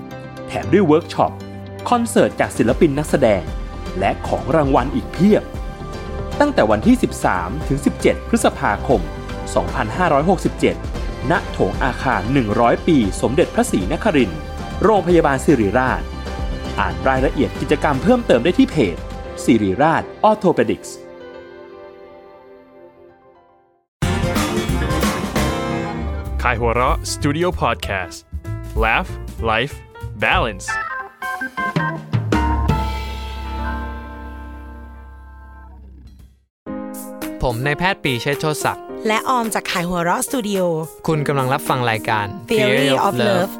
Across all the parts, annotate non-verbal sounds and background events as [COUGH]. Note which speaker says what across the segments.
Speaker 1: แถมด้วยเวิร์กช็อป คอนเสิร์ตจากศิลปินนักแสดง และของรางวัลอีกเพียบ ตั้งแต่วันที่ 13 ถึง 17 พฤษภาคม 2567 ณ โถงอาคาร 100 ปี สมเด็จพระศรีนครินทร์ โรงพยาบาลสิริราช อ่านรายละเอียดกิจกรรมเพิ่มเติมได้ที่เพจสิริราชออโทเปดิกส์
Speaker 2: Kaihura Studio Podcast. Laugh, life, balance.
Speaker 3: ผมนายแพทย์ปรีเชษฐ์โชติศักดิ์
Speaker 4: และออมจากขายหัวเราะสตูดิโอ
Speaker 3: คุณกำลังรับฟังรายการ
Speaker 4: Theory of Love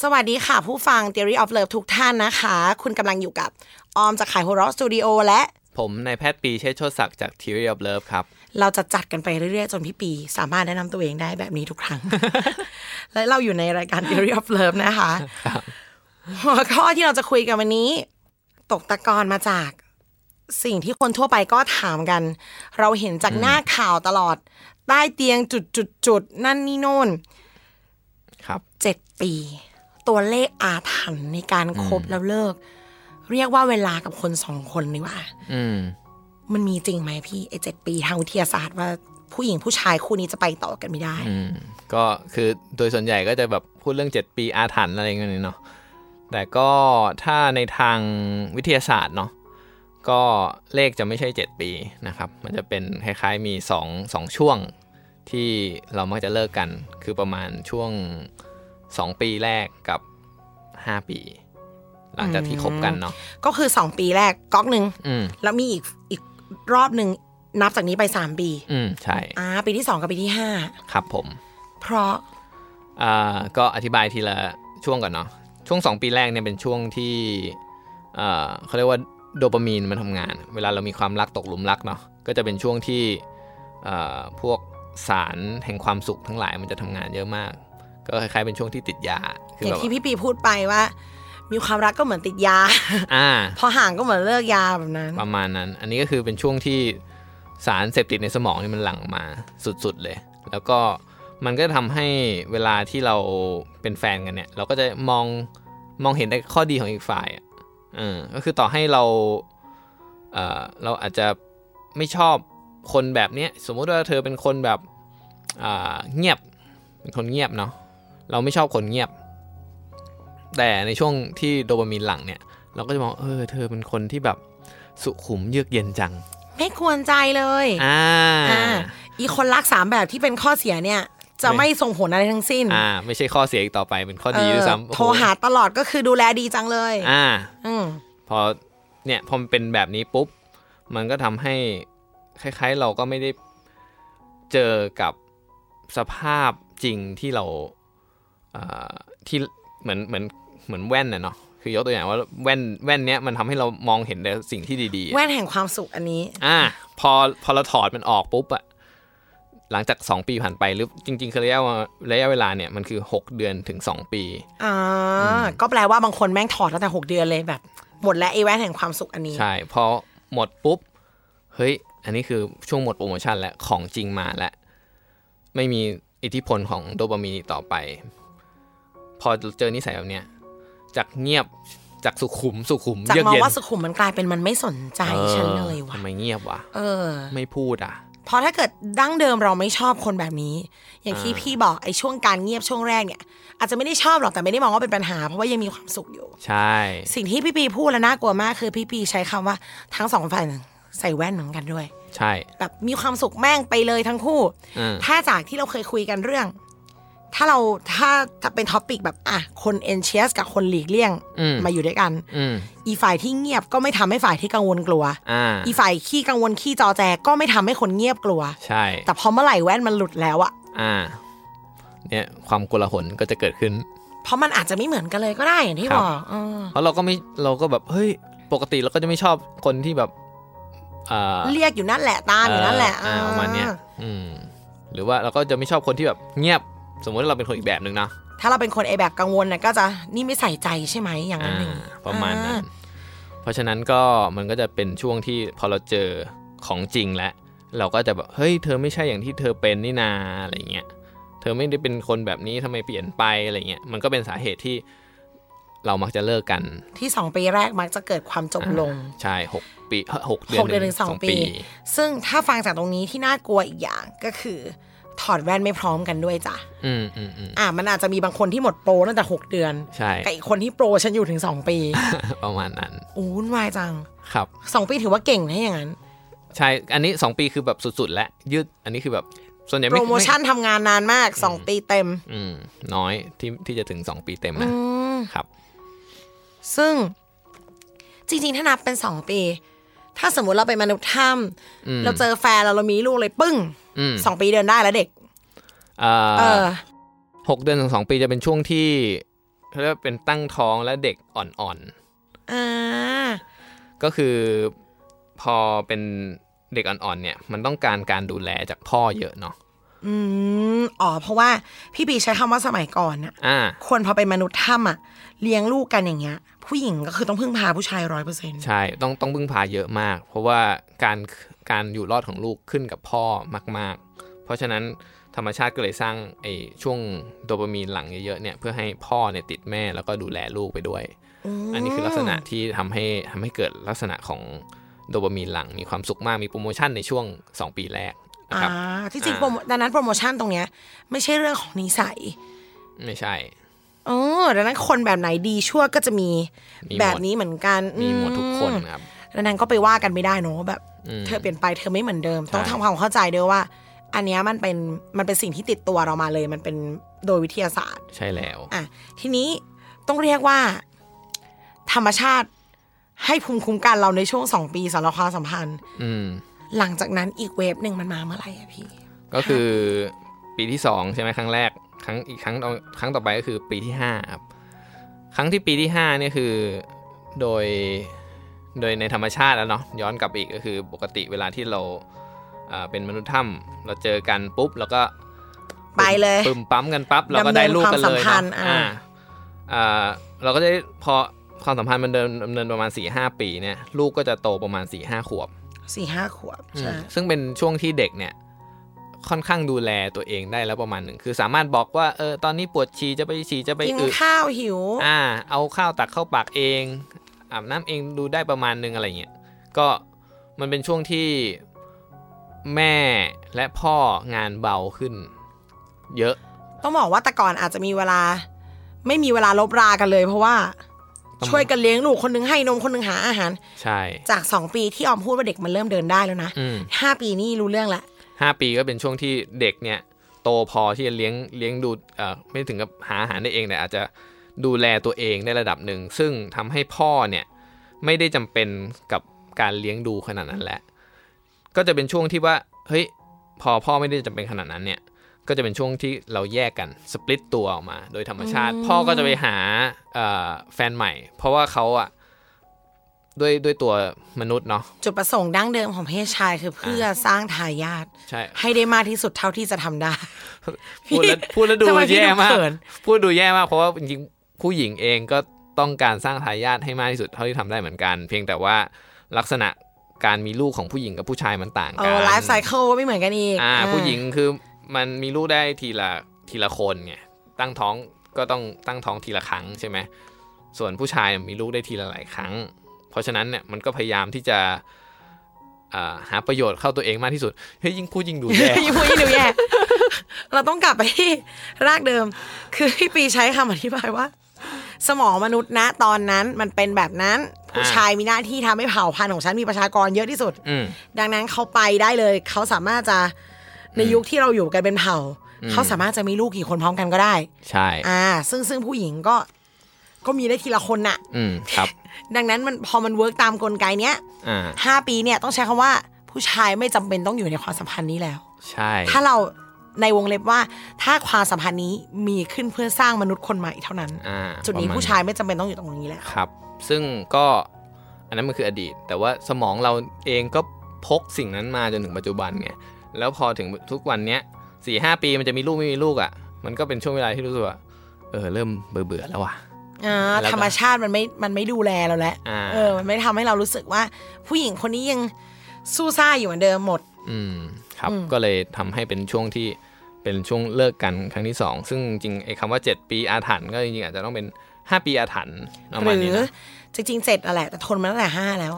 Speaker 4: สวัสดีค่ะผู้ฟัง Theory of Love ทุกท่านนะคะ คุณกำลังอยู่กับออมจากขายหัวเราะสตูดิโอและ
Speaker 3: ผมนายแพทย์ปรีเชษฐ์โชติศักดิ์จาก Theory of Love ครับ
Speaker 4: เราจะจัดกันไปเรื่อยๆ จนพี่ปี สามารถแนะนำตัวเองได้แบบนี้ทุกครั้ง [LAUGHS] และเราอยู่ในรายการ Theory of Love นะคะ หัวข้อที่เราจะคุยกันวันนี้ ตกตะกอนมาจาก สิ่งที่คนทั่วไปก็ถามกัน เราเห็นจากหน้าข่าวตลอด ใต้เตียงจุดจุดจุดๆๆนั่นนี่โน่น
Speaker 3: ครับ
Speaker 4: เจ็ดปี ตัวเลขอาถรรพ์ในการครบแล้วเลิก เรียกว่าเวลากับคนสองคนนี่ว่า
Speaker 3: อืม
Speaker 4: มันมีจริงไหมพี่ไอเจ็ดปีทางวิทยาศาสตร์ว่าผู้หญิงผู้ชายคู่นี้จะไปต่อกันไม่ได้
Speaker 3: อืม ก็คือโดยส่วนใหญ่ก็จะแบบพูดเรื่อง 7 ปีอาถรรพ์อะไรเงี้ยเนาะ แต่ก็ถ้าในทางวิทยาศาสตร์เนาะ ก็เลขจะไม่ใช่ 7 ปีนะครับ มันจะเป็นคล้ายๆมี2งช่วงที่เรามักจะเลิกกัน คือประมาณช่วง 2 ปีแรกกับ 5 ปี หลังจากที่คบกันเนาะ
Speaker 4: ก็คือสองปีแรกก๊อกหนึ่ง
Speaker 3: อืม
Speaker 4: แล้วมีอีกอีกรอบหนึ่งนับจากนี้ไปสามปี
Speaker 3: อืม ใช่
Speaker 4: อ่าปีที่สองกับปีที่ห้า
Speaker 3: ครับผม
Speaker 4: เพราะ
Speaker 3: อ่าก็อธิบายทีละช่วงก่อนเนาะช่วง 2 ปีแรกเนี่ยเป็นช่วงที่เอ่อเขาเรียกว่าโดปามีนมันทำงาน เวลาเรามีความรักตกหลุมรักเนาะก็จะเป็นช่วงที่เอ่อพวกสารแห่งความสุขทั้งหลายมันจะทำงานเยอะมาก ก็คล้ายๆเป็นช่วงที่ติดยาคื
Speaker 4: อย่าง
Speaker 3: แบบ
Speaker 4: ที่พี่ปีพูดไปว่า มีความรักก็เหมือนติดยา [LAUGHS]
Speaker 3: อ่า
Speaker 4: พอห่างก็เหมือนเลิกยาแบบนั้น
Speaker 3: ประมาณนั้น อันนี้ก็คือเป็นช่วงที่สารเสพติดในสมองนี่มันหลั่งออกมาสุดๆเลย แล้วก็มันก็ทำให้เวลาที่เราเป็นแฟนกันเนี่ย เราก็จะมองมองเห็นแต่ข้อดีของอีกฝ่ายอะเออก็คือต่อให้เราเออเราอาจจะไม่ชอบคนแบบเนี้ยสมมุติว่าเธอเป็นคนแบบอ่าเงียบเป็นคนเงียบเนาะเราไม่ชอบคนเงียบ แต่ในช่วงที่โดปามีนหลั่งเนี่ย เราก็จะมองเออเธอเป็นคนที่แบบ สุขุมเยือกเย็นจัง
Speaker 4: ไม่ควรใจเลย
Speaker 3: อ่า
Speaker 4: อ่าอีคนรักสามแบบที่เป็นข้อเสียเนี่ย จะ
Speaker 3: ไม่
Speaker 4: ไม่ส่งผลอะไรทั้งสิ้น
Speaker 3: อ่า ไม่ใช่ข้อเสียอีกต่อไป เป็นข้อดี
Speaker 4: เออ
Speaker 3: ด้วยซ้ำโอ้โ
Speaker 4: โทรหาตลอดก็คือดูแลดีจังเลย
Speaker 3: อ่า
Speaker 4: อืม
Speaker 3: พอ เนี่ย พอมันเป็นแบบนี้ปุ๊บ มันก็ทำให้ คล้ายๆ เราก็ไม่ได้เจอกับสภาพจริงที่เราเอ่อที่ เหมือน เหมือน เหมือนแว่นน่ะเนาะ คือยกตัวอย่างว่าแว่น แว่นเนี้ยมันทำให้เรามองเห็นแต่สิ่งที่ดีๆอะ
Speaker 4: แว่นแห่งความสุขอันนี้
Speaker 3: อ่าพอพอเราถอดมันออกปุ๊บอะหลังจาก 2 ปีผ่านไปหรือจริงๆคือระยะเวลาระยะเวลาเนี่ยมันคือ 6 เดือนถึง 2 ปี
Speaker 4: อ่า ก็แปลว่าบางคนแม่งถอดตั้งแต่หกเดือนเลยแบบ หมดแล้วไอ้แว่นแห่งความสุขอันนี้
Speaker 3: ใช่ พอหมดปุ๊บ เฮ้ย อันนี้คือช่วงหมดโปรโมชั่นแล้ว ของจริงมาแล้ว ไม่มีอิทธิพลของโดปามีนอีกต่อไป พอเจอนิสัยแบบเนี้ยจากเงียบจากสุขุมสุขุม
Speaker 4: จาก
Speaker 3: เยือก
Speaker 4: มอง
Speaker 3: เย็น
Speaker 4: ว่าสุขุมมันกลายเป็นมันไม่สนใจ
Speaker 3: ออ
Speaker 4: ฉันเลยว่ะ
Speaker 3: ทำไมเงียบวะ
Speaker 4: เออ
Speaker 3: ไม่พูดอ่ะ
Speaker 4: เพราะถ้าเกิดดั้งเดิมเราไม่ชอบคนแบบนี้ อย่างที่
Speaker 3: อ่า
Speaker 4: พี่บอกไอ้ช่วงการเงียบช่วงแรกเนี่ย อาจจะไม่ได้ชอบหรอกแต่ไม่ได้มองว่าเป็นปัญหาเพราะว่ายังมีความสุขอยู่
Speaker 3: ใช่
Speaker 4: สิ่งที่พี่ปีพูดแล้วน่ากลัวมากคือพี่ปีใช้คำว่าทั้งสองฝ่ายใส่แว่นเหมือนกันด้วย
Speaker 3: ใช่
Speaker 4: แบบมีความสุขแม่งไปเลยทั้งคู่
Speaker 3: อืม
Speaker 4: ถ้าจากที่เราเคยคุยกันเรื่อง ถ้าเราถ้าจะเป็นท็อปิกแบบอ่ะคนเอนเชียสกับคนหลีกเลี่ยง
Speaker 3: อืม
Speaker 4: มาอยู่ด้วยกัน
Speaker 3: อืม
Speaker 4: อีฝ่ายที่เงียบก็ไม่ทำให้ฝ่ายที่กังวลกลัว
Speaker 3: อ่า
Speaker 4: อีฝ่ายขี้กังวลขี้จอแจก็ไม่ทำให้คนเงียบกลัว
Speaker 3: ใช่
Speaker 4: แต่พอเมื่อไหร่แว่นมันหลุดแล้วอะ
Speaker 3: อ่า เนี่ยความโกลาหลก็จะเกิดขึ้น
Speaker 4: เพราะมันอาจจะไม่เหมือนกันเลยก็ได้อย่างที่
Speaker 3: ครับ บ
Speaker 4: อกเออ
Speaker 3: เพราะเราก็ไม่เราก็แบบเฮ้ยปกติเราก็จะไม่ชอบคนที่แบบอ่า
Speaker 4: เรียกอยู่นั่นแหละตามอยู่นั่นแหละ
Speaker 3: เอ่ออ่าประมาณเนี้ยอืมหรือว่าเราก็จะไม่ชอบคนที่แบบเงียบ สมมติว่าเราเป็นคนอีกแบบหนึ่งนะ
Speaker 4: ถ้าเราเป็นคนไอแบบกังวลเนี่ยก็จะนี่ไม่ใส่ใจใช่ไหมอย่างนั้น
Speaker 3: อ่า
Speaker 4: หนึ่าง
Speaker 3: ประมาณนั้น
Speaker 4: อ่
Speaker 3: เพราะฉะนั้นก็มันก็จะเป็นช่วงที่พอเราเจอของจริงแล้ว เราก็จะแบบเฮ้ยเธอไม่ใช่อย่างที่เธอเป็นนี่นาอะไรเงี้ยเธอไม่ได้เป็นคนแบบนี้ทำไมเปลี่ยนไปอะไรเงี้ยมันก็เป็นสาเหตุที่เรามักจะเลิกกัน
Speaker 4: ที่สองปีแรกมักจะเกิดความจบลง
Speaker 3: ใช่หกปีเอ้อหกเดือ
Speaker 4: ห
Speaker 3: น
Speaker 4: กเดือนถึงสองปี ซึ่งถ้าฟังจากตรงนี้ที่น่ากลัวอีกอย่างก็คือ ถอดแว่นไม่พร้อมกันด้วยจ้ะ
Speaker 3: อืมอืมอืม
Speaker 4: อ่ะมันอาจจะมีบางคนที่หมดโปรตั้งแต่หกเดือน
Speaker 3: ใช่
Speaker 4: กับ อีกคนที่โปรฉันอยู่ถึงสองปี
Speaker 3: [LAUGHS] ประมาณนั้น
Speaker 4: อู้วุ่นวายจัง
Speaker 3: ครับ
Speaker 4: สองปีถือว่าเก่งนะอย่างนั้น
Speaker 3: ใช่อันนี้สองปีคือแบบสุดๆ แล้วยืดอันนี้คือแบบส่วนใหญ่
Speaker 4: โปร
Speaker 3: ไม่
Speaker 4: โมชั่น
Speaker 3: ไ
Speaker 4: ทำงานนานมากสองปีเต็ม
Speaker 3: อืมน้อยที่ที่จะถึงสองปีเต็มนะครับ
Speaker 4: ซึ่งจริง ๆ ถ้านับเป็นสองปี ถ้าสมมติเราเป็นมนุษย์ถ้ำเราเจอแฟนเราเรามีลูกเลยปึ้ง
Speaker 3: อืม
Speaker 4: สองปีเดินได้แล้วเด็ก
Speaker 3: เอ่อ
Speaker 4: เออ
Speaker 3: หกเดือนถึงสองปีจะเป็นช่วงที่เขาเรียกว่าเป็นตั้งท้องและเด็กอ่อน
Speaker 4: อ่า
Speaker 3: ๆ ก็คือพอเป็นเด็กอ่อนๆเนี่ยมันต้องการการดูแลจากพ่อเยอะเนาะ
Speaker 4: อืมอ๋อ เพราะว่าพี่ปีใช้คำว่าสมัยก่อนน่ะ
Speaker 3: อ่า
Speaker 4: คนพอเป็นมนุษย์ถ้ำอะเลี้ยงลูกกันอย่างเงี้ย ผู้หญิงก็คือต้องพึ่งพาผู้ชายร้อยเปอร์เซ็นต์
Speaker 3: ใช่ต้องต้องพึ่งพาเยอะมาก เพราะว่าการการอยู่รอดของลูกขึ้นกับพ่อมาก ๆ เพราะฉะนั้นธรรมชาติก็เลยสร้างไอ้ช่วงโดปามีนหลังเยอะๆเนี่ยเพื่อให้พ่อเนี่ยติดแม่แล้วก็ดูแลลูกไปด้วย อันนี้คือลักษณะที่ทำให้ทำให้เกิดลักษณะของโดปามีนหลังมีความสุขมากมีโปรโมชั่นในช่วง 2 ปีแรกนะ
Speaker 4: อ่า
Speaker 3: ครับ
Speaker 4: ที่จริงโปรโมดังนั้นโปรโมชั่นตรงเนี้ย ไม่ใช่เรื่องของนิสัย
Speaker 3: ไม่ใช่
Speaker 4: เออดังนั้นคนแบบไหนดีชั่วก็จะมี
Speaker 3: มีหม
Speaker 4: แบบ
Speaker 3: ด
Speaker 4: นี้เหมือนกัน
Speaker 3: มีหมดทุกคน
Speaker 4: อืม
Speaker 3: ครับ
Speaker 4: ดังนั้นก็ไปว่ากันไม่ได้เนอะแบบ เธอเปลี่ยนไปเธอไม่เหมือนเดิม ต้อง
Speaker 3: ใช่
Speaker 4: ทำความเข้าใจด้วยว่า อันเนี้ยมันเป็นมันเป็นสิ่งที่ติดตัวเรามาเลย มันเป็นโดยวิทยาศาสตร์
Speaker 3: ใช่แล้ว
Speaker 4: อ่ะทีนี้ต้องเรียกว่า ธรรมชาติให้ภูมิคุ้มกันเราในช่วงสองปีสำหรับความสัมพันธ์
Speaker 3: อืม
Speaker 4: หลังจากนั้นอีกเวฟหนึ่งมันมาเมื่อไหร่อะพี่
Speaker 3: ก็คือปีที่ 2 ใช่ไหมครั้งแรกครั้งอีกครั้งต่อครั้งต่อไปก็คือปีที่5ครับครั้งที่ปีที่5เนี่ยคือโดยโดยในธรรมชาติแล้วเนาะย้อนกลับไปอีกก็คือปกติเวลาที่เราอ่าเป็นมนุษย์ถ้ำเราเจอกันปุ๊บแล้วก็
Speaker 4: ไปเลย
Speaker 3: ปึมปั๊มกันปั๊บเราก็ได้ลูกกันเลย
Speaker 4: ดำเนินความสัมพั
Speaker 3: เนาะ
Speaker 4: นธ์อ่า
Speaker 3: อ่าอ่าเราก็จะได้พอความสัมพันธ์มันเดินดำเนินประมาณ4ี่หปีเนี่ยลูกก็จะโตประมาณ4ี่ห้าขวบ
Speaker 4: สี่ห้าขวบ
Speaker 3: อืม
Speaker 4: ใช่
Speaker 3: ซึ่งเป็นช่วงที่เด็กเนี่ยค่อนข้างดูแลตัวเองได้แล้วประมาณหนึ่งคือสามารถบอกว่าเออตอนนี้ปวดฉี่จะไปฉี่จะไป
Speaker 4: กิน
Speaker 3: อึ
Speaker 4: ข้าวหิว
Speaker 3: อ่าเอาข้าวตักเข้าปากเองอาบน้ำเองดูได้ประมาณหนึ่งอะไรเงี้ยก็มันเป็นช่วงที่แม่และพ่องานเบาขึ้น เยอะ
Speaker 4: ต้องบอกว่าแต่ก่อนอาจจะมีเวลา ไม่มีเวลาลบรากันเลย เพราะว่า
Speaker 3: ต้อง
Speaker 4: ช่วยกันเลี้ยงลูกคนหนึงให้นมคนหนึงหาอาหาร
Speaker 3: ใช่
Speaker 4: จากสองปีที่ออมพูดว่าเด็กมันเริ่มเดินได้แล้วนะ
Speaker 3: อืม
Speaker 4: ห้าปีนี่รู้เรื่องละ
Speaker 3: ห้าปีก็เป็นช่วงที่เด็กเนี่ยโตพอที่จะเลี้ยงเลี้ยงดูเอ่อไม่ถึงกับหาอาหารได้เองแต่อาจจะดูแลตัวเองได้ระดับหนึ่ง ซึ่งทำให้พ่อเนี่ยไม่ได้จำเป็นกับการเลี้ยงดูขนาดนั้นแหละก็จะเป็นช่วงที่ว่าเฮ้ยพอพ่อไม่ได้จำเป็นขนาดนั้นเนี่ยก็จะเป็นช่วงที่เราแยกกันสปลิตตัวออกมา โดยธรรมชาติ พ่อก็จะไปหาเอ่อแฟนใหม่ เพราะว่าเขาอะด้วยด้วยตัวมนุษย์เนาะ
Speaker 4: จุดประสงค์ดั้งเดิมของเพศชายคือเพื่อสร้างทายาท
Speaker 3: ใช่
Speaker 4: ให้ได้มากที่สุดเท่าที่จะทำได้
Speaker 3: พูด
Speaker 4: [LAUGHS]
Speaker 3: แล้วพูดแล้วดู
Speaker 4: ทำไมพี่
Speaker 3: แย่มาก
Speaker 4: ดูเขิน
Speaker 3: พูดดูแย่มาก เพราะว่าจริงๆผู้หญิงเองก็ต้องการสร้างทายาทให้มากที่สุดเท่าที่ทำได้เหมือนกัน เพียงแต่ว่าลักษณะการมีลูกของผู้หญิงกับผู้ชายมันต่าง
Speaker 4: เอ
Speaker 3: กัน
Speaker 4: อไลฟ์ไซเคิลก็ไม่เหมือนกันอีก
Speaker 3: อ่า
Speaker 4: เออ
Speaker 3: ผู้หญิงคือมันมีลูกได้ทีละทีละคนไงตั้งท้องก็ต้องตั้งท้องทีละครั้งใช่ไหมส่วนผู้ชายมีลูกได้ทีละหลายครั้ง เพราะฉะนั้นเนี่ยมันก็พยายามที่จะอ่าหาประโยชน์เข้าตัวเองมากที่สุดเฮ้ยยิ่งพูดยิ่งดูแย่
Speaker 4: [LAUGHS] ยิ่งพูดยิ่งดูแย่ เราต้องกลับไปที่รากเดิม คือพี่ปีใช้คำอธิบายว่า สมองมนุษย์นะตอนนั้นมันเป็นแบบนั้น ผู้ชายมีหน้าที่ทำให้เผ่าพันธุ์ของฉันมีประชากรเยอะที่สุด
Speaker 3: อืม
Speaker 4: ดังนั้นเขาไปได้เลย เขาสามารถจะในยุคที่เราอยู่กันเป็นเผ่า เขาสามารถจะมีลูกกี่คนพร้อมกันก็ได้
Speaker 3: ใช่
Speaker 4: อ่า ซึ่งซึ่งผู้หญิงก็ก็มีได้ทีละคนน่ะ
Speaker 3: อืมครับ
Speaker 4: ดังนั้นมันพอมันเวิร์กตามกลไกเนี้ย
Speaker 3: อ่า
Speaker 4: ห้าปีเนี่ยต้องใช้คำว่าผู้ชายไม่จำเป็นต้องอยู่ในความสัมพันธ์นี้แล้ว
Speaker 3: ใช่
Speaker 4: ถ้าเราในวงเล็บว่าถ้าความสัมพันธ์นี้มีขึ้นเพื่อสร้างมนุษย์คนใหม่เท่านั้น
Speaker 3: อ่า
Speaker 4: จุดนี้
Speaker 3: ประมณ
Speaker 4: ผู้ชายไม่จำเป็นต้องอยู่ตรงนี้แล้ว
Speaker 3: ครับ ซึ่งก็อันนั้นมันคืออดีต แต่ว่าสมองเราเองก็พกสิ่งนั้นมาจนถึงปัจจุบันไง แล้วพอถึงทุกวันเนี้ยสี่ห้าปีมันจะมีลูกไม่มีลูกอะ่ะ มันก็เป็นช่วงเวลาที่รู้สึกว่า เออ เริ่มเบื่อเบื่อๆแล้วว่ะ
Speaker 4: อ่า
Speaker 3: แล้วก็
Speaker 4: ธรรมชาติมันไม่ มันไม่ดูแลเราแล้ว
Speaker 3: อ่า
Speaker 4: เออ มันไม่ทำให้เรารู้สึกว่า ผู้หญิงคนนี้ยังสู้ซ่าอยู่เหมือนเดิมหมด
Speaker 3: อืม ครับ ก็เลยทำให้เป็นช่วงที่เป็นช่วงเลิกกันครั้งที่สอง ซึ่งจริงๆไอ้คำว่า 7 ปีอาถรรพ์ก็จริงๆอาจจะต้องเป็น 5 ปีอาถรรพ์ประ
Speaker 4: ห
Speaker 3: มาณ
Speaker 4: รื
Speaker 3: นี้
Speaker 4: อ
Speaker 3: นะ
Speaker 4: จริงๆเจ็ดอะแหละ แต่ทนมาตั้งแต่ห้า
Speaker 3: [LAUGHS]
Speaker 4: แล้ว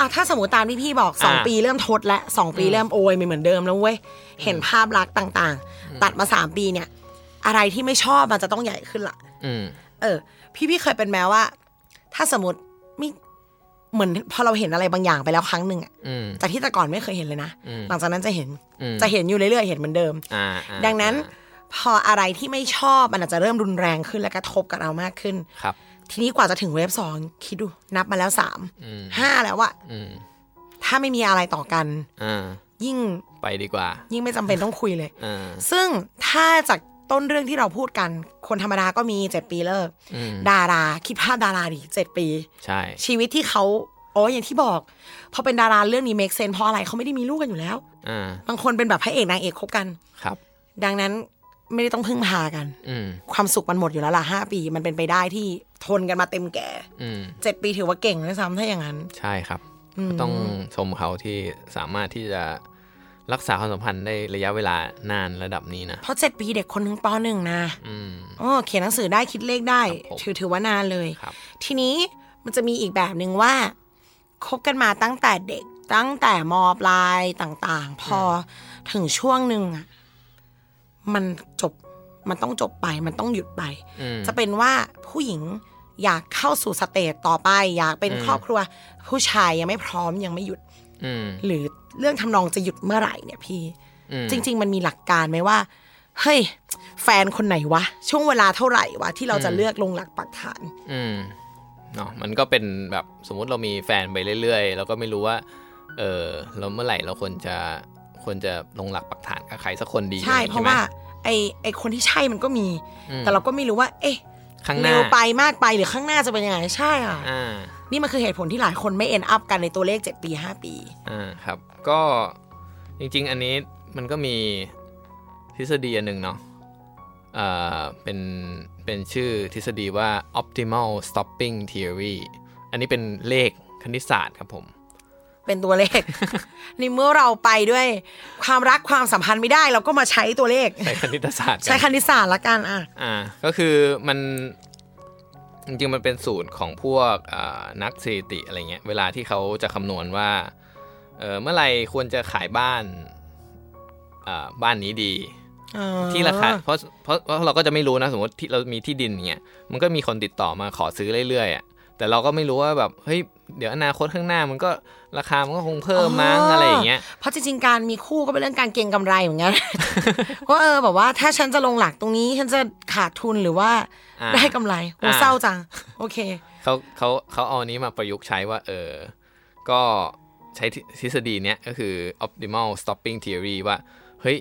Speaker 4: อ่ะถ้าสมมติตามที่พี่บอกสองปีเริ่มทดและสองปีเริ่มโอยไม่เหมือนเดิมแล้วเว้ย เห็นภาพลักษณ์ต่าง ๆ ตัดมาสามปีเนี่ย อะไรที่ไม่ชอบมันจะต้องใหญ่ขึ้นละ
Speaker 3: อืม
Speaker 4: เออ พี่พี่เคยเป็นแม้ว่า ถ้าสมมติไม่เหมือนพอเราเห็นอะไรบางอย่างไปแล้วครั้งหนึ่งอะ
Speaker 3: อืม
Speaker 4: จากที่แต่ก่อนไม่เคยเห็นเลยนะ
Speaker 3: อืม
Speaker 4: หลังจากนั้นจะเห็น
Speaker 3: อืม
Speaker 4: จะเห็นอยู่เรื่อยๆ เห็นเหมือนเดิม
Speaker 3: อ่าอ่า
Speaker 4: ดังนั้นพออะไรที่ไม่ชอบมันอาจจะเริ่มรุนแรงขึ้นและกระทบกับเรามากขึ้น
Speaker 3: ครับ
Speaker 4: ทีนี้กว่าจะถึงเวฟสองคิดดูนับมาแล้วสาม
Speaker 3: อืม
Speaker 4: ห้าแล้วอะ
Speaker 3: อืม
Speaker 4: ถ้าไม่มีอะไรต่อกัน
Speaker 3: อ่า
Speaker 4: ยิ่ง
Speaker 3: ไปดีกว่า
Speaker 4: ยิ่งไม่จำเป็นต้องคุยเลย
Speaker 3: อ่า
Speaker 4: ซึ่งถ้าจากต้นเรื่องที่เราพูดกัน คนธรรมดาก็มีเจ็ดปีเลิก
Speaker 3: อืม
Speaker 4: ดารา คิดภาพดาราดิเจ็ดปี
Speaker 3: ใช่
Speaker 4: ชีวิตที่เขาโอ้ยอย่างที่บอกพอเป็นดาราเรื่องนี้เมคเซนเพราะอะไรเขาไม่ได้มีลูกกันอยู่แล้ว
Speaker 3: อ่า
Speaker 4: บางคนเป็นแบบพระเอกนางเอกคบกัน
Speaker 3: ครับ
Speaker 4: ดังนั้นไม่ได้ต้องพึ่งพากัน
Speaker 3: อืม
Speaker 4: ความสุขมันหมดอยู่แล้วล่ะห้าปีมันเป็นไปได้ที่ทนกันมาเต็มแก่
Speaker 3: อืม
Speaker 4: เจ็ดปีถือว่าเก่งด้วยซ้ำถ้าอย่างนั้น
Speaker 3: ใช่ครับ ต้องชมเขาที่สามารถที่จะรักษาความสัมพันธ์ได้ระยะเวลานานระดับนี้นะ
Speaker 4: เพราะเจ็ดปีเด็กคนหนึ่งปหนึ่งนะ
Speaker 3: อืม
Speaker 4: โอ้เขียนหนังสือได้คิดเลขได้
Speaker 3: ครับผม
Speaker 4: ถือถือว่านานเลย
Speaker 3: ครับ
Speaker 4: ทีนี้มันจะมีอีกแบบหนึ่งว่าคบกันมาตั้งแต่เด็กตั้งแต่มปลายต่างๆ พอถึงช่วงหนึ่งอะมันจบมันต้องจบไปมันต้องหยุดไป
Speaker 3: อืม
Speaker 4: จะเป็นว่าผู้หญิงอยากเข้าสู่สเตจต่อไป อยากเป็น
Speaker 3: อืม
Speaker 4: ครอบครัว ผู้ชายยังไม่พร้อมยังไม่หยุด
Speaker 3: อืม
Speaker 4: หรือเรื่องทำนองจะหยุดเมื่อไหร่เนี่ยพี่
Speaker 3: อืม
Speaker 4: จริง ๆ มันมีหลักการไหมว่า เฮ้ย แฟนคนไหนวะ ช่วงเวลาเท่าไหร่วะ ที่เราจะ
Speaker 3: อืม
Speaker 4: เลือกลงหลักปักฐาน
Speaker 3: อืมเนาะมันก็เป็นแบบสมมุติเรามีแฟนไปเรื่อยๆ แล้วก็ไม่รู้ว่า เออเราเมื่อไหร่เราควรจะควรจะลงหลักปักฐานกับใครสักคนดี
Speaker 4: ใช่เพราะ
Speaker 3: ไหม
Speaker 4: ว่า ไอไอคนที่ใช่มันก็มี
Speaker 3: อืม
Speaker 4: แต่เราก็ไม่รู้ว่า เอ๊ะ
Speaker 3: ข้างห
Speaker 4: เร็
Speaker 3: น้าว
Speaker 4: ไปมากไปหรือข้างหน้าจะเป็นยังไงใช่อ่ะ
Speaker 3: อ่า
Speaker 4: นี่มันคือเหตุผลที่หลายคนไม่เอ็นอัพกันในตัวเลข7ปี5ปี
Speaker 3: อ่าครับก็จริงๆ อันนี้มันก็มีทฤษฎีอันหนึ่งเนาะเอ่อเป็นเป็นชื่อทฤษฎีว่า optimal stopping theory อันนี้เป็นเลขคณิตศาสตร์ครับผม
Speaker 4: เป็นตัวเลข [LAUGHS] ในเมื่อเราไปด้วย ความรักความสัมพันธ์ไม่ได้ เราก็มาใช้ตัวเลข
Speaker 3: ใช้คณิตศาสตร์กัน
Speaker 4: ใช้คณิตศาสตร์ละกันอ่ะ
Speaker 3: อ่าก็คือมันจริงๆมันเป็นสูตรของพวกอ่านักสถิติอะไรเงี้ยเวลาที่เขาจะคำนวณว่าเออเมื่อไหร่ควรจะขายบ้านอ่าบ้านนี้ดี ที่ราคาเพราะเพราะเพราะเราก็จะไม่รู้นะ สมมติที่เรามีที่ดินอย่างเงี้ยมันก็มีคนติดต่อมาขอซื้อเรื่อยๆอ่ะแต่เราก็ไม่รู้ว่าแบบเฮ้ยเดี๋ยวอนาคตข้างหน้ามันก็ราคามันก็คงเพิ่มมั้ง
Speaker 4: อ๋ออ
Speaker 3: อะไรอย่างเงี้ย
Speaker 4: เพราะจริงๆ การมีคู่ก็เป็นเรื่องการเก็งกำไรเหมือน
Speaker 3: [LAUGHS]
Speaker 4: กัน ว่าเออแบบว่าถ้าฉันจะลงหลักตรงนี้ฉันจะขาดทุนหรือว่า
Speaker 3: อ่า
Speaker 4: ได้กำไรโอ้
Speaker 3: อ่า
Speaker 4: เศร้าจัง โอเค
Speaker 3: เขาเขาเขาเอาอันนี้มาประยุกต์ใช้ว่าเออ ก็ใช้ทฤษฎีเนี้ยก็คือ optimal stopping theory ว่า เฮ้ย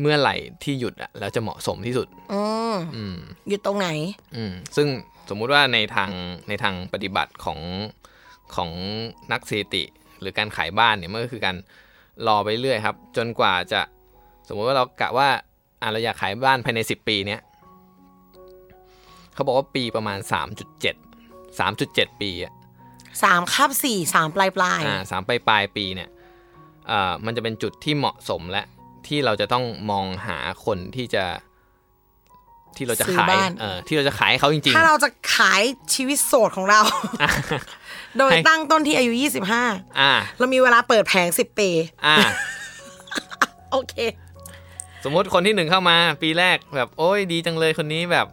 Speaker 3: เมื่อไหร่ที่หยุดอะแล้วจะเหมาะสมที่สุด
Speaker 4: อืม
Speaker 3: อืม
Speaker 4: อยู่ตรงไหน
Speaker 3: อืมซึ่งสมมุติว่าในทางในทางปฏิบัติของของนักสถิติ หรือการขายบ้านเนี่ยมันก็คือการรอไปเรื่อยครับ จนกว่าจะสมมุติว่าเรากะว่าอ่ะเราอยากขายบ้านภายใน 10 ปีเนี่ยเขาบอกว่าปีประมาณ 3.7 3.7 ปีอะ
Speaker 4: สามคาบสี่สามปลายปลาย
Speaker 3: อ่าสามปลายปลายปีเนี่ยอ่ามันจะเป็นจุดที่เหมาะสมและที่เราจะต้องมองหาคนที่จะที่เราจะขายเออที่เราจะขายให้เขาจริง
Speaker 4: ถ้าเราจะขายชีวิตโสดของ
Speaker 3: [LAUGHS]
Speaker 4: เรา โดย
Speaker 3: ให้
Speaker 4: ตั้งต้นที่อายุ 25
Speaker 3: ๆอ่า
Speaker 4: เรามีเวลาเปิดแผง 10 ปี
Speaker 3: อ่า
Speaker 4: โอเค
Speaker 3: สมมติคนที่หนึ่งเข้ามา ปีแรกแบบโอ้ยดีจังเลยคนนี้แบบ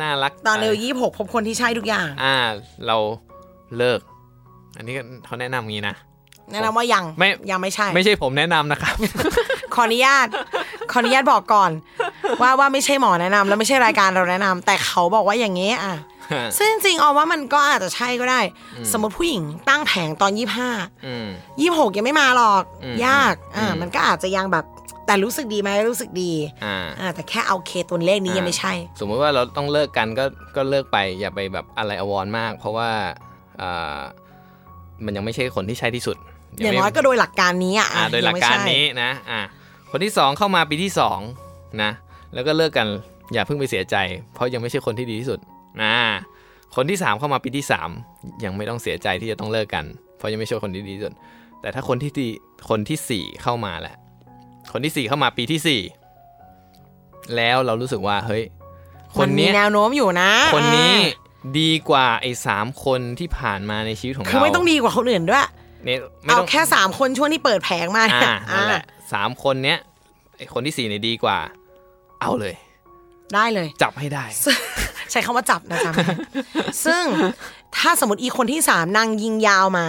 Speaker 3: น่ารัก
Speaker 4: ตอนเร็ว
Speaker 3: ะไ
Speaker 4: ยี่หกพบคนที่ใช่ทุกอย่าง
Speaker 3: อ่า เราเลิก อันนี้ก็เขาแนะนำอย่างนี้นะ
Speaker 4: แนะนำว่ายัง
Speaker 3: ไม่
Speaker 4: ยังไม่ใช่
Speaker 3: ไม่ใช่ผมแนะนำนะครับ
Speaker 4: ขออนุญาต ขออนุญาตบอกก่อน ว่าว่าไม่ใช่หมอแนะนำแล้วไม่ใช่รายการเราแนะนำแต่เขาบอกว่าอย่างนี้อ่ะ
Speaker 3: ฮะ
Speaker 4: ซึ่งจริงๆออมว่ามันก็อาจจะใช่ก็ได้ สมมติผู้หญิงตั้งแผงตอนยี่ห้า
Speaker 3: อืม
Speaker 4: ยี่หกยังไม่มาหรอก
Speaker 3: อืม
Speaker 4: ยากอ่า
Speaker 3: อืม
Speaker 4: มันก็อาจจะยังแบบ แต่รู้สึกดีไหมรู้สึกดี
Speaker 3: อ่า
Speaker 4: อ่าแต่แค่เอาเคตัวเลขนี้
Speaker 3: อ่ายั
Speaker 4: ยังไม่ใช่
Speaker 3: สมมติว่าเราต้องเลิกกันก็ก็เลิกไปอย่าไปแบบอะไรอววรณ์มาก เพราะว่าอ่ามันยังไม่ใช่คนที่ใช่ที่สุด
Speaker 4: อย่าง
Speaker 3: ไม่
Speaker 4: น้อยก็โดยหลักการนี้อ่ะ
Speaker 3: อ่าโดยหลักการนี้นะ อ่าคนที่สองเข้ามาปีที่สองนะ แล้วก็เลิกกันอย่าเพิ่งไปเสียใจ เพราะยังไม่ใช่คนที่ดีที่สุดนะคนที่สามเข้ามาปีที่สามยังไม่ต้องเสียใจที่จะต้องเลิกกัน เพราะยังไม่ใช่คนที่ดีที่สุด แต่ถ้าคนที่ดีคนที่สี่เข้ามาแหละ คนที่สี่เข้ามาปีที่สี่แล้วเรารู้สึกว่าเฮ้ย ค
Speaker 4: มัน นมี
Speaker 3: เนี้ย
Speaker 4: แนวโน้มอยู่นะ
Speaker 3: คนนี้
Speaker 4: อ่
Speaker 3: ดีกว่าไอ้สามคนที่ผ่านมาในชีวิตของ
Speaker 4: า
Speaker 3: เรา
Speaker 4: คือไม่ต้องดีกว่าคนอื่นด้วย
Speaker 3: เนี่ยไม่
Speaker 4: เอา
Speaker 3: ต้อง
Speaker 4: แค่สามคนช่วงที่เปิดแผงมาเนี่ย
Speaker 3: อ่านั่นแหละ
Speaker 4: อ่
Speaker 3: สามคนเนี้ยไอคนที่สี่เนี่ยดีกว่า เอาเลย
Speaker 4: าได้เลย
Speaker 3: จับให้ได้
Speaker 4: [LAUGHS] ใช้คำว่าจับนะ
Speaker 3: [LAUGHS]
Speaker 4: จ๊ะ ซึ่งถ้าสมมติอีคนที่สามนางยิงยาวมา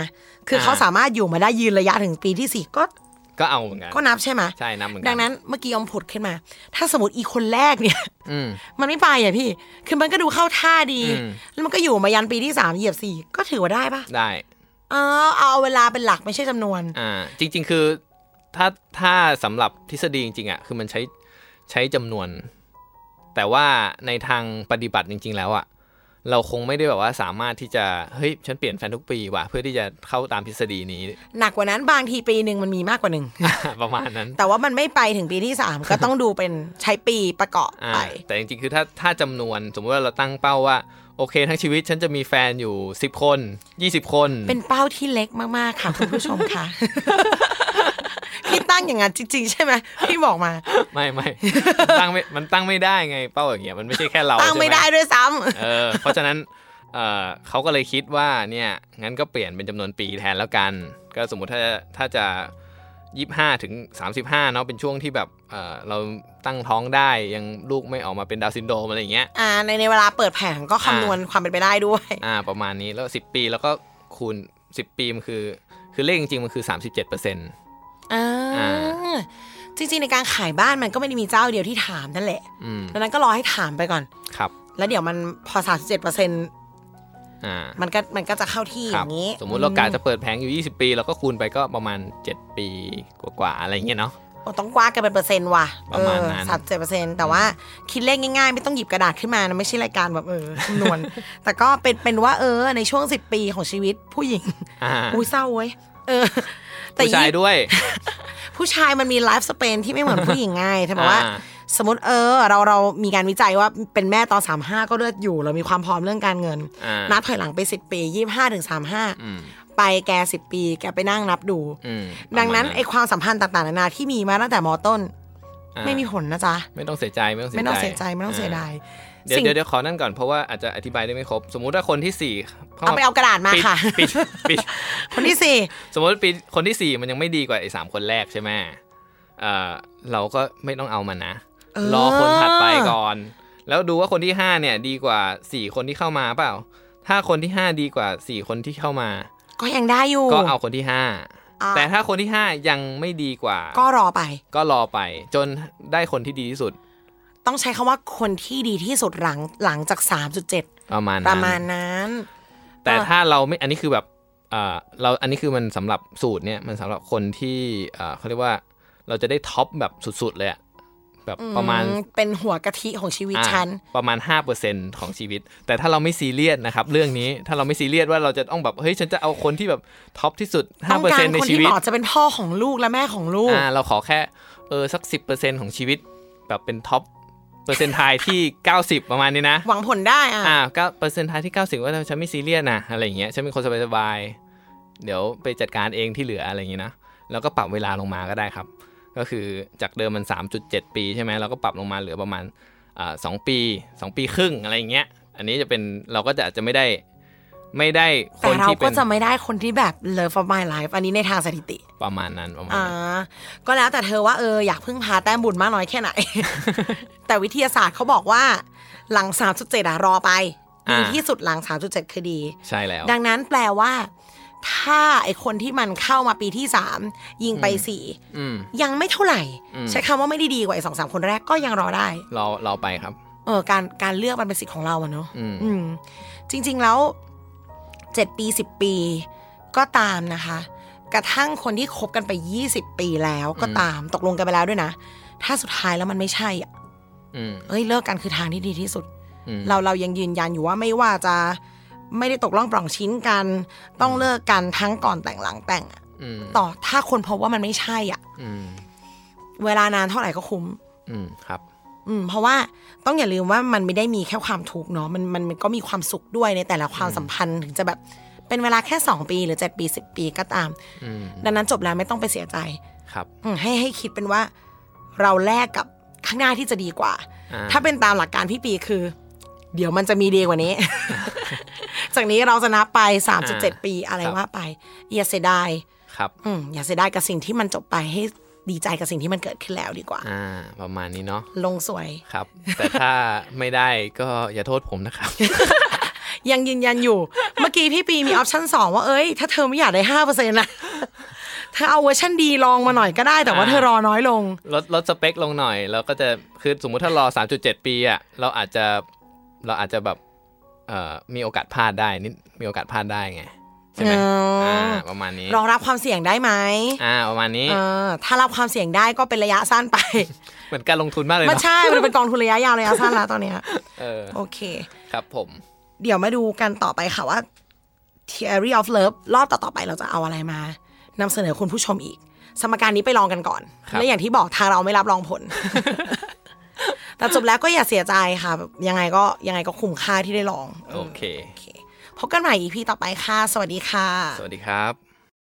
Speaker 4: คืออา เขาสามารถอยู่มาได้ยืนระยะถึงปีที่สี่ก็
Speaker 3: ก็เอาเหมือนกัน
Speaker 4: ก็นับใช่ไหม
Speaker 3: ใช่นับเหมือนกั
Speaker 4: ดังนั้นเมื่อกี้ออมผุดขึ้นมา ถ้าสมมติอีคนแรกเนี่ย
Speaker 3: อืม
Speaker 4: มันไม่ไปอ่ะพี่ คือมันก็ดูเข้าท่าดี
Speaker 3: อืม
Speaker 4: แล้วมันก็อยู่มายันปีที่สามเหยียบสี่ก็ถือว่าได้ปะ
Speaker 3: ได้
Speaker 4: เออเอาเวลาเป็นหลักไม่ใช่จำนวน
Speaker 3: อ่า จริง ๆ คือ ถ้าถ้าสำหรับทฤษฎีจริงๆอ่ะคือมันใช้ใช้จำนวน แต่ว่าในทางปฏิบัติจริง ๆ แล้วอ่ะเราคงไม่ได้แบบว่าสามารถที่จะเฮ้ยฉันเปลี่ยนแฟนทุกปีว่ะเพื่อที่จะเข้าตามทฤษฎีนี้ [LAUGHS]
Speaker 4: หนักกว่านั้นบางทีปีหนึ่งมันมีมากกว่าหนึ่ง
Speaker 3: ประมาณนั้น
Speaker 4: แต่ว่ามันไม่ไปถึงปีที่สามก็ต้องดูเป็นใช้ปีประกอบ
Speaker 3: อ่า
Speaker 4: ไป
Speaker 3: แต่จริงๆ คือถ้าถ้าจำนวนสมมติว่าเราตั้งเป้าว่า โอเค ทั้งชีวิตฉันจะมีแฟนอยู่ 10 คน 20 คน
Speaker 4: เป็นเป้าที่เล็กมาก
Speaker 3: [LAUGHS]
Speaker 4: ๆ ค่ะ คุณผู้ชมค่ะ [LAUGHS] พี่ตั้งอย่างนั้นจริง ๆ ใช่ไหมพี่บอกมา
Speaker 3: ไม่ไม่ มันตั้งไม่มันตั้งไม่ได้ไงเป้าอย่างเงี้ยมันไม่ใช่แค่เรา
Speaker 4: ตั้งไม่
Speaker 3: ใช่ห
Speaker 4: ได้ด้วยซ้ำ
Speaker 3: เออเพราะฉะนั้นเออเขาก็เลยคิดว่าเนี่ยงั้นก็เปลี่ยนเป็นจำนวนปีแทนแล้วกัน ก็สมมติถ้าถ้าจะ 25 ถึง 35เนาะเป็นช่วงที่แบบเออเราตั้งท้องได้ยังลูกไม่ออกมาเป็นดาวน์ซินโดรมอะไรอย่างเงี้ย
Speaker 4: อ่าในในเวลาเปิดแผงก็คำนวณความเป็นไปได้ด้วย
Speaker 3: อ่าประมาณนี้แล้ว 10 ปีแล้วก็คูณ 10 ปีมันคือ คือเลขจริงๆ มันคือ 37%เปอร์เซ็นต์
Speaker 4: อ่า
Speaker 3: อ่า
Speaker 4: จริงๆในการขายบ้านมันก็ไม่ได้มีเจ้าเดียวที่ถามนั่นแหละ
Speaker 3: อืม
Speaker 4: ดังนั้นก็รอให้ถามไปก่อน
Speaker 3: ครับ
Speaker 4: แล้วเดี๋ยวมันพอสามสิบเจ็ดเปอร์เซ็น
Speaker 3: อ่า
Speaker 4: มันก็มันก็จะเข้าที่อ
Speaker 3: ครับ
Speaker 4: ย่างนี้
Speaker 3: สมมุติเรากะจะเปิดแผงอยู่ 20 ปี แล้วก็คูณไปก็ประมาณ 7 ปีกว่าๆอะไรอย่างเงี้ยเนาะ
Speaker 4: โอ้ต้องกว้ากันเป็นเปอร์เซ็นต์ว่ะ
Speaker 3: ประมาณนั้น
Speaker 4: สามเจ็ดเปอร์เซ็นแต่ว่าคิดเลขง่ายๆ ไม่ต้องหยิบกระดาษขึ้นมานะไม่ใช่รายการแบบเออ [LAUGHS] คำนวณ แต่ก็เป็นเป็นว่าเออในช่วงสิบปีของชีวิตผู้หญิง
Speaker 3: อ่า
Speaker 4: อุ้ยเศร้าเว้ยเออ
Speaker 3: [LAUGHS]
Speaker 4: แต่
Speaker 3: ผู้ชายด้วย
Speaker 4: ผู้ชายมันมีไลฟ์สเปนที่ไม่เหมือนผู้หญิ
Speaker 3: [LAUGHS]
Speaker 4: งไงเธอบอกว่า
Speaker 3: อ่า
Speaker 4: สมมติเออ เราเรามีการวิจัยว่าเป็นแม่ตอน 35 ก็เลือดอยู่ เรามีความพร้อมเรื่องการเงิน
Speaker 3: อ่า
Speaker 4: นับถอยหลังไป 10 ปี 25ถึง
Speaker 3: อืม
Speaker 4: 35 ไปแก 10 ปี แกไปนั่งนับดู
Speaker 3: อืม
Speaker 4: ดังนั้น
Speaker 3: ประมาณ
Speaker 4: ไอความสัมพันธ์ต่างๆนานาที่มีมาตั้งแต่มอต้น
Speaker 3: อ่า
Speaker 4: ไม่มีผลนะจ๊ะ
Speaker 3: ไม่ต้องเสียใจไม่ต้องเสียใจ
Speaker 4: ไม่ต้องเสียใจ ไม่ต้องเสียดาย
Speaker 3: เดี๋ยว
Speaker 4: สิ่ง
Speaker 3: เดี๋ยวเดี๋ยวขอนั่นก่อนเพราะว่าอาจจะอธิบายได้ไม่ครบ สมมุติว่าคนที่สี่ข้
Speaker 4: เอาไปเอากระดาษมา
Speaker 3: ปิด
Speaker 4: ค่ะ
Speaker 3: ปิดปิด
Speaker 4: คนที่สี่
Speaker 3: สมมติปีคนที่สี่มันยังไม่ดีกว่าไอ้สามคนแรกใช่ไหมเออเราก็ไม่ต้องเอามันนะ
Speaker 4: เออ
Speaker 3: รอคนถัดไปก่อน แล้วดูว่าคนที่ห้าเนี่ยดีกว่าสี่คนที่เข้ามาเปล่า ถ้าคนที่ห้าดีกว่าสี่คนที่เข้ามา
Speaker 4: ก็ยังได้อยู่
Speaker 3: ก็เอาคนที่ห้า
Speaker 4: อ่า
Speaker 3: แต่ถ้าคนที่ห้ายังไม่ดีกว่า
Speaker 4: ก็รอไป
Speaker 3: ก็รอไป จนได้คนที่ดีที่สุด
Speaker 4: ต้องใช้คำว่าคนที่ดีที่สุดหลังหลังจาก 3.7
Speaker 3: ประมาณ
Speaker 4: ป
Speaker 3: นั้
Speaker 4: ระมาณ
Speaker 3: น
Speaker 4: นั้น
Speaker 3: แต่ถ้าเราไม่อันนี้คือแบบเออเราอันนี้คือมันสำหรับสูตรเนี่ยมันสำหรับคนที่เอ่อเขาเรียกว่าเราจะได้ท็อปแบบสุดๆเลยอะแบบประมาณ
Speaker 4: อืเป็นหัวกะทิของชีวิต
Speaker 3: อ่ะ
Speaker 4: ฉัน
Speaker 3: ประมาณ 5%ของชีวิต แต่ถ้าเราไม่ซีเรียสนะครับ เรื่องนี้ถ้าเราไม่ซีเรียสว่าเราจะต้องแบบเฮ้ยฉันจะเอาคนที่แบบท็อปที่สุด
Speaker 4: ต้องการ
Speaker 3: 5%ใน
Speaker 4: คน
Speaker 3: ชี
Speaker 4: ที่
Speaker 3: วิ
Speaker 4: บ
Speaker 3: ต
Speaker 4: อกจะเป็นพ่อของลูกและแม่ของลูก
Speaker 3: อ่าเราขอแค่เออสัก 10%ของชีวิต แบบเป็นท็อปเปอร์เซ็นต์ทายที่ 90 ประมาณนี้นะ
Speaker 4: หวังผลได้อ่ะ
Speaker 3: อ่าก็เปอร์เซ็นต์ทายที่ 90 ว่าฉันไม่ซีเรียสนะอะไรอย่างเงี้ยฉันเป็นคนสบายๆเดี๋ยวไปจัดการเองที่เหลืออะไรอย่างงี้นะแล้วก็ปรับเวลาลงมาก็ได้ครับ ก็คือจากเดิมมัน 3.7 ปีใช่ไหมเราก็ปรับลงมาเหลือประมาณอ่าสองปีสองปีครึ่งอะไรอย่างเงี้ย อันนี้จะเป็นเราก็จะอาจจะไม่ได้ไม่ได้ค
Speaker 4: แต่
Speaker 3: น
Speaker 4: เรา
Speaker 3: ที่เป็
Speaker 4: ก็
Speaker 3: น
Speaker 4: จะไม่ได้คนที่แบบ love of my life อันนี้ในทางสถิติ
Speaker 3: ประมาณนั้นประมาณ
Speaker 4: อ่า
Speaker 3: นั้น
Speaker 4: ก็แล้วแต่เธอว่าเอออยากพึ่งพาแต้มบุญมากน้อยแค่ไหน [LAUGHS] แต่วิทยาศาสตร์เขาบอกว่าหลัง 3.7อ่ะรอไป ดีที่สุดหลัง 3.7 คือดี
Speaker 3: ใช่แล้ว
Speaker 4: ดังนั้นแปลว่า ถ้าไอคนที่มันเข้ามาปีที่สามยิงไปสี่
Speaker 3: อืม
Speaker 4: ยังไม่เท่าไหร่
Speaker 3: อืม
Speaker 4: ใช้คำว่าไม่ได้ดีกว่าไอสองสามคนแรกก็ยังรอได้
Speaker 3: เราเราไปครับ
Speaker 4: เออการการเลือกมันเป็นสิทธิ์ของเราอะเนาะ
Speaker 3: อืม
Speaker 4: อืม จริง ๆแล้วเจ็ดปีสิบปีก็ตามนะคะ กระทั่งคนที่คบกันไปยี่สิบปีแล้วก็ตามตกลงกันไปแล้วด้วยนะ ถ้าสุดท้ายแล้วมันไม่ใช่อะ
Speaker 3: อืม
Speaker 4: เอ้ยเลิกกันคือทางที่ดีที่สุด
Speaker 3: อืม
Speaker 4: เราเรายังยืนยันอยู่ว่าไม่ว่าจะไม่ได้ตกล่องปล่องชิ้นกัน ต้องเลิกกันทั้งก่อนแต่งหลังแต่งอะ
Speaker 3: อืม
Speaker 4: ต่อถ้าคนพบว่ามันไม่ใช่อ่ะ
Speaker 3: อืม
Speaker 4: เวลานานเท่าไหร่ก็คุ้ม
Speaker 3: อืมครับ
Speaker 4: อืมเพราะว่าต้องอย่าลืมว่ามันไม่ได้มีแค่ความทุกข์เนาะมันมันมันก็มีความสุขด้วยในแต่ละความสัมพันธ์ถึงจะแบบเป็นเวลาแค่ 2 ปีหรือ 7 ปี 10 ปีก็ตาม
Speaker 3: อืม
Speaker 4: ดังนั้นจบแล้วไม่ต้องไปเสียใจ
Speaker 3: ครับ
Speaker 4: อืมให้ให้คิดเป็นว่า เราแลกกับข้างหน้าที่จะดีกว่า
Speaker 3: อ่า
Speaker 4: ถ้าเป็นตามหลักการพี่ปีคือ เดี๋ยวมันจะมีดีกว่า
Speaker 3: [LAUGHS]
Speaker 4: นี้ จากนี้เราจะนับไป 3.7 ปีอะไรว่าไปอย่าเสียดาย
Speaker 3: ครับ
Speaker 4: อืมอย่าเสียดายกับสิ่งที่มันจบไปให้ดีใจกับสิ่งที่มันเกิดขึ้นแล้วดีกว่า
Speaker 3: อ่า ประมาณนี้เนาะ
Speaker 4: ลงสวย
Speaker 3: ครับ แต่ถ้าไม่ได้ก็อย่าโทษผมนะครับ [LAUGHS]
Speaker 4: ยังยืนยันอยู่ เมื่อกี้พี่ปีมีออปชั่นสองว่าเอ้ย ถ้าเธอไม่อยากได้ห้าเปอร์เซ็นต์นะ เธอเอาเวอร์ชันดีลองมาหน่อยก็ได้ แต่ว่า
Speaker 3: อ่า
Speaker 4: เธอรอน้อยลง
Speaker 3: ลดลดสเปคลงหน่อยแล้วก็จะคือสมมุติถ้ารอ 3.7 ปีอะเราอาจจะเราอาจจะแบบเอ่อมีโอกาสพลาดได้นิดมีโอกาสพลาดได้ไงใช่ไหม
Speaker 4: อ๋ออ่
Speaker 3: อ่าประมาณนี้
Speaker 4: รองรับความเสี่ยงได้ไหม
Speaker 3: อ่าประมาณนี้
Speaker 4: เออถ้ารับความเสี่ยงได้ก็เป็นระยะสั้นไป
Speaker 3: เหมือนการลงทุนมากเลย
Speaker 4: มัน
Speaker 3: เนาะ
Speaker 4: ใช่ มันเป็นกองทุนระยะยาวระยะสั้นแล้วตอนเนี้ย
Speaker 3: เออ
Speaker 4: โอเค
Speaker 3: ครับผม
Speaker 4: เดี๋ยวมาดูกันต่อไปค่ะว่า theory of love รอบต่อๆไปเราจะเอาอะไรมานำเสนอคุณผู้ชมอีก สมการนี้ไปลองกันก่อน และอย่างที่บอกทางเราไม่รับรองผ [LAUGHS] ล แต่จบแล้วก็อย่าเสียใจค่ะแบบยังไงก็ยังไงก็คุ้มค่าที่ได้ลอง
Speaker 3: โอเค
Speaker 4: โอเคพบกันใหม่ EP ต่อไปค่ะ สวัสดีค่ะ
Speaker 3: สวัสดีครับ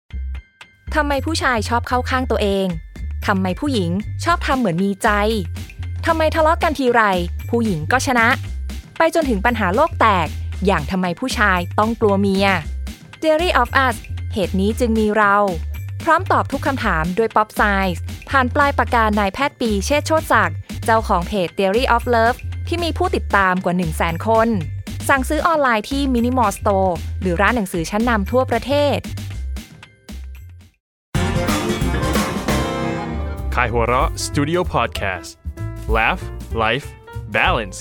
Speaker 5: ทำไมผู้ชายชอบเข้าข้างตัวเอง ทำไมผู้หญิงชอบทำเหมือนมีใจ ทำไมทะเลาะกันทีไร ผู้หญิงก็ชนะ ไปจนถึงปัญหาโลกแตก อย่างทำไมผู้ชายต้องกลัวเมีย Theory of Us เหตุนี้จึงมีเรา พร้อมตอบทุกคำถามด้วยป๊อปไซส์ผ่านปลายปากกานายแพทย์ปีเชษฐ์โชติศักดิ์ เจ้าของเพจ Theory of Love ที่มีผู้ติดตามกว่า 1 0 0 0 0 0 คน สั่งซื้อออนไลน์ที่ Minimal Store หรือร้านหนังสือชั้นนำทั่วประเทศ
Speaker 2: Kaihura Studio Podcast. Laugh, Life, Balance.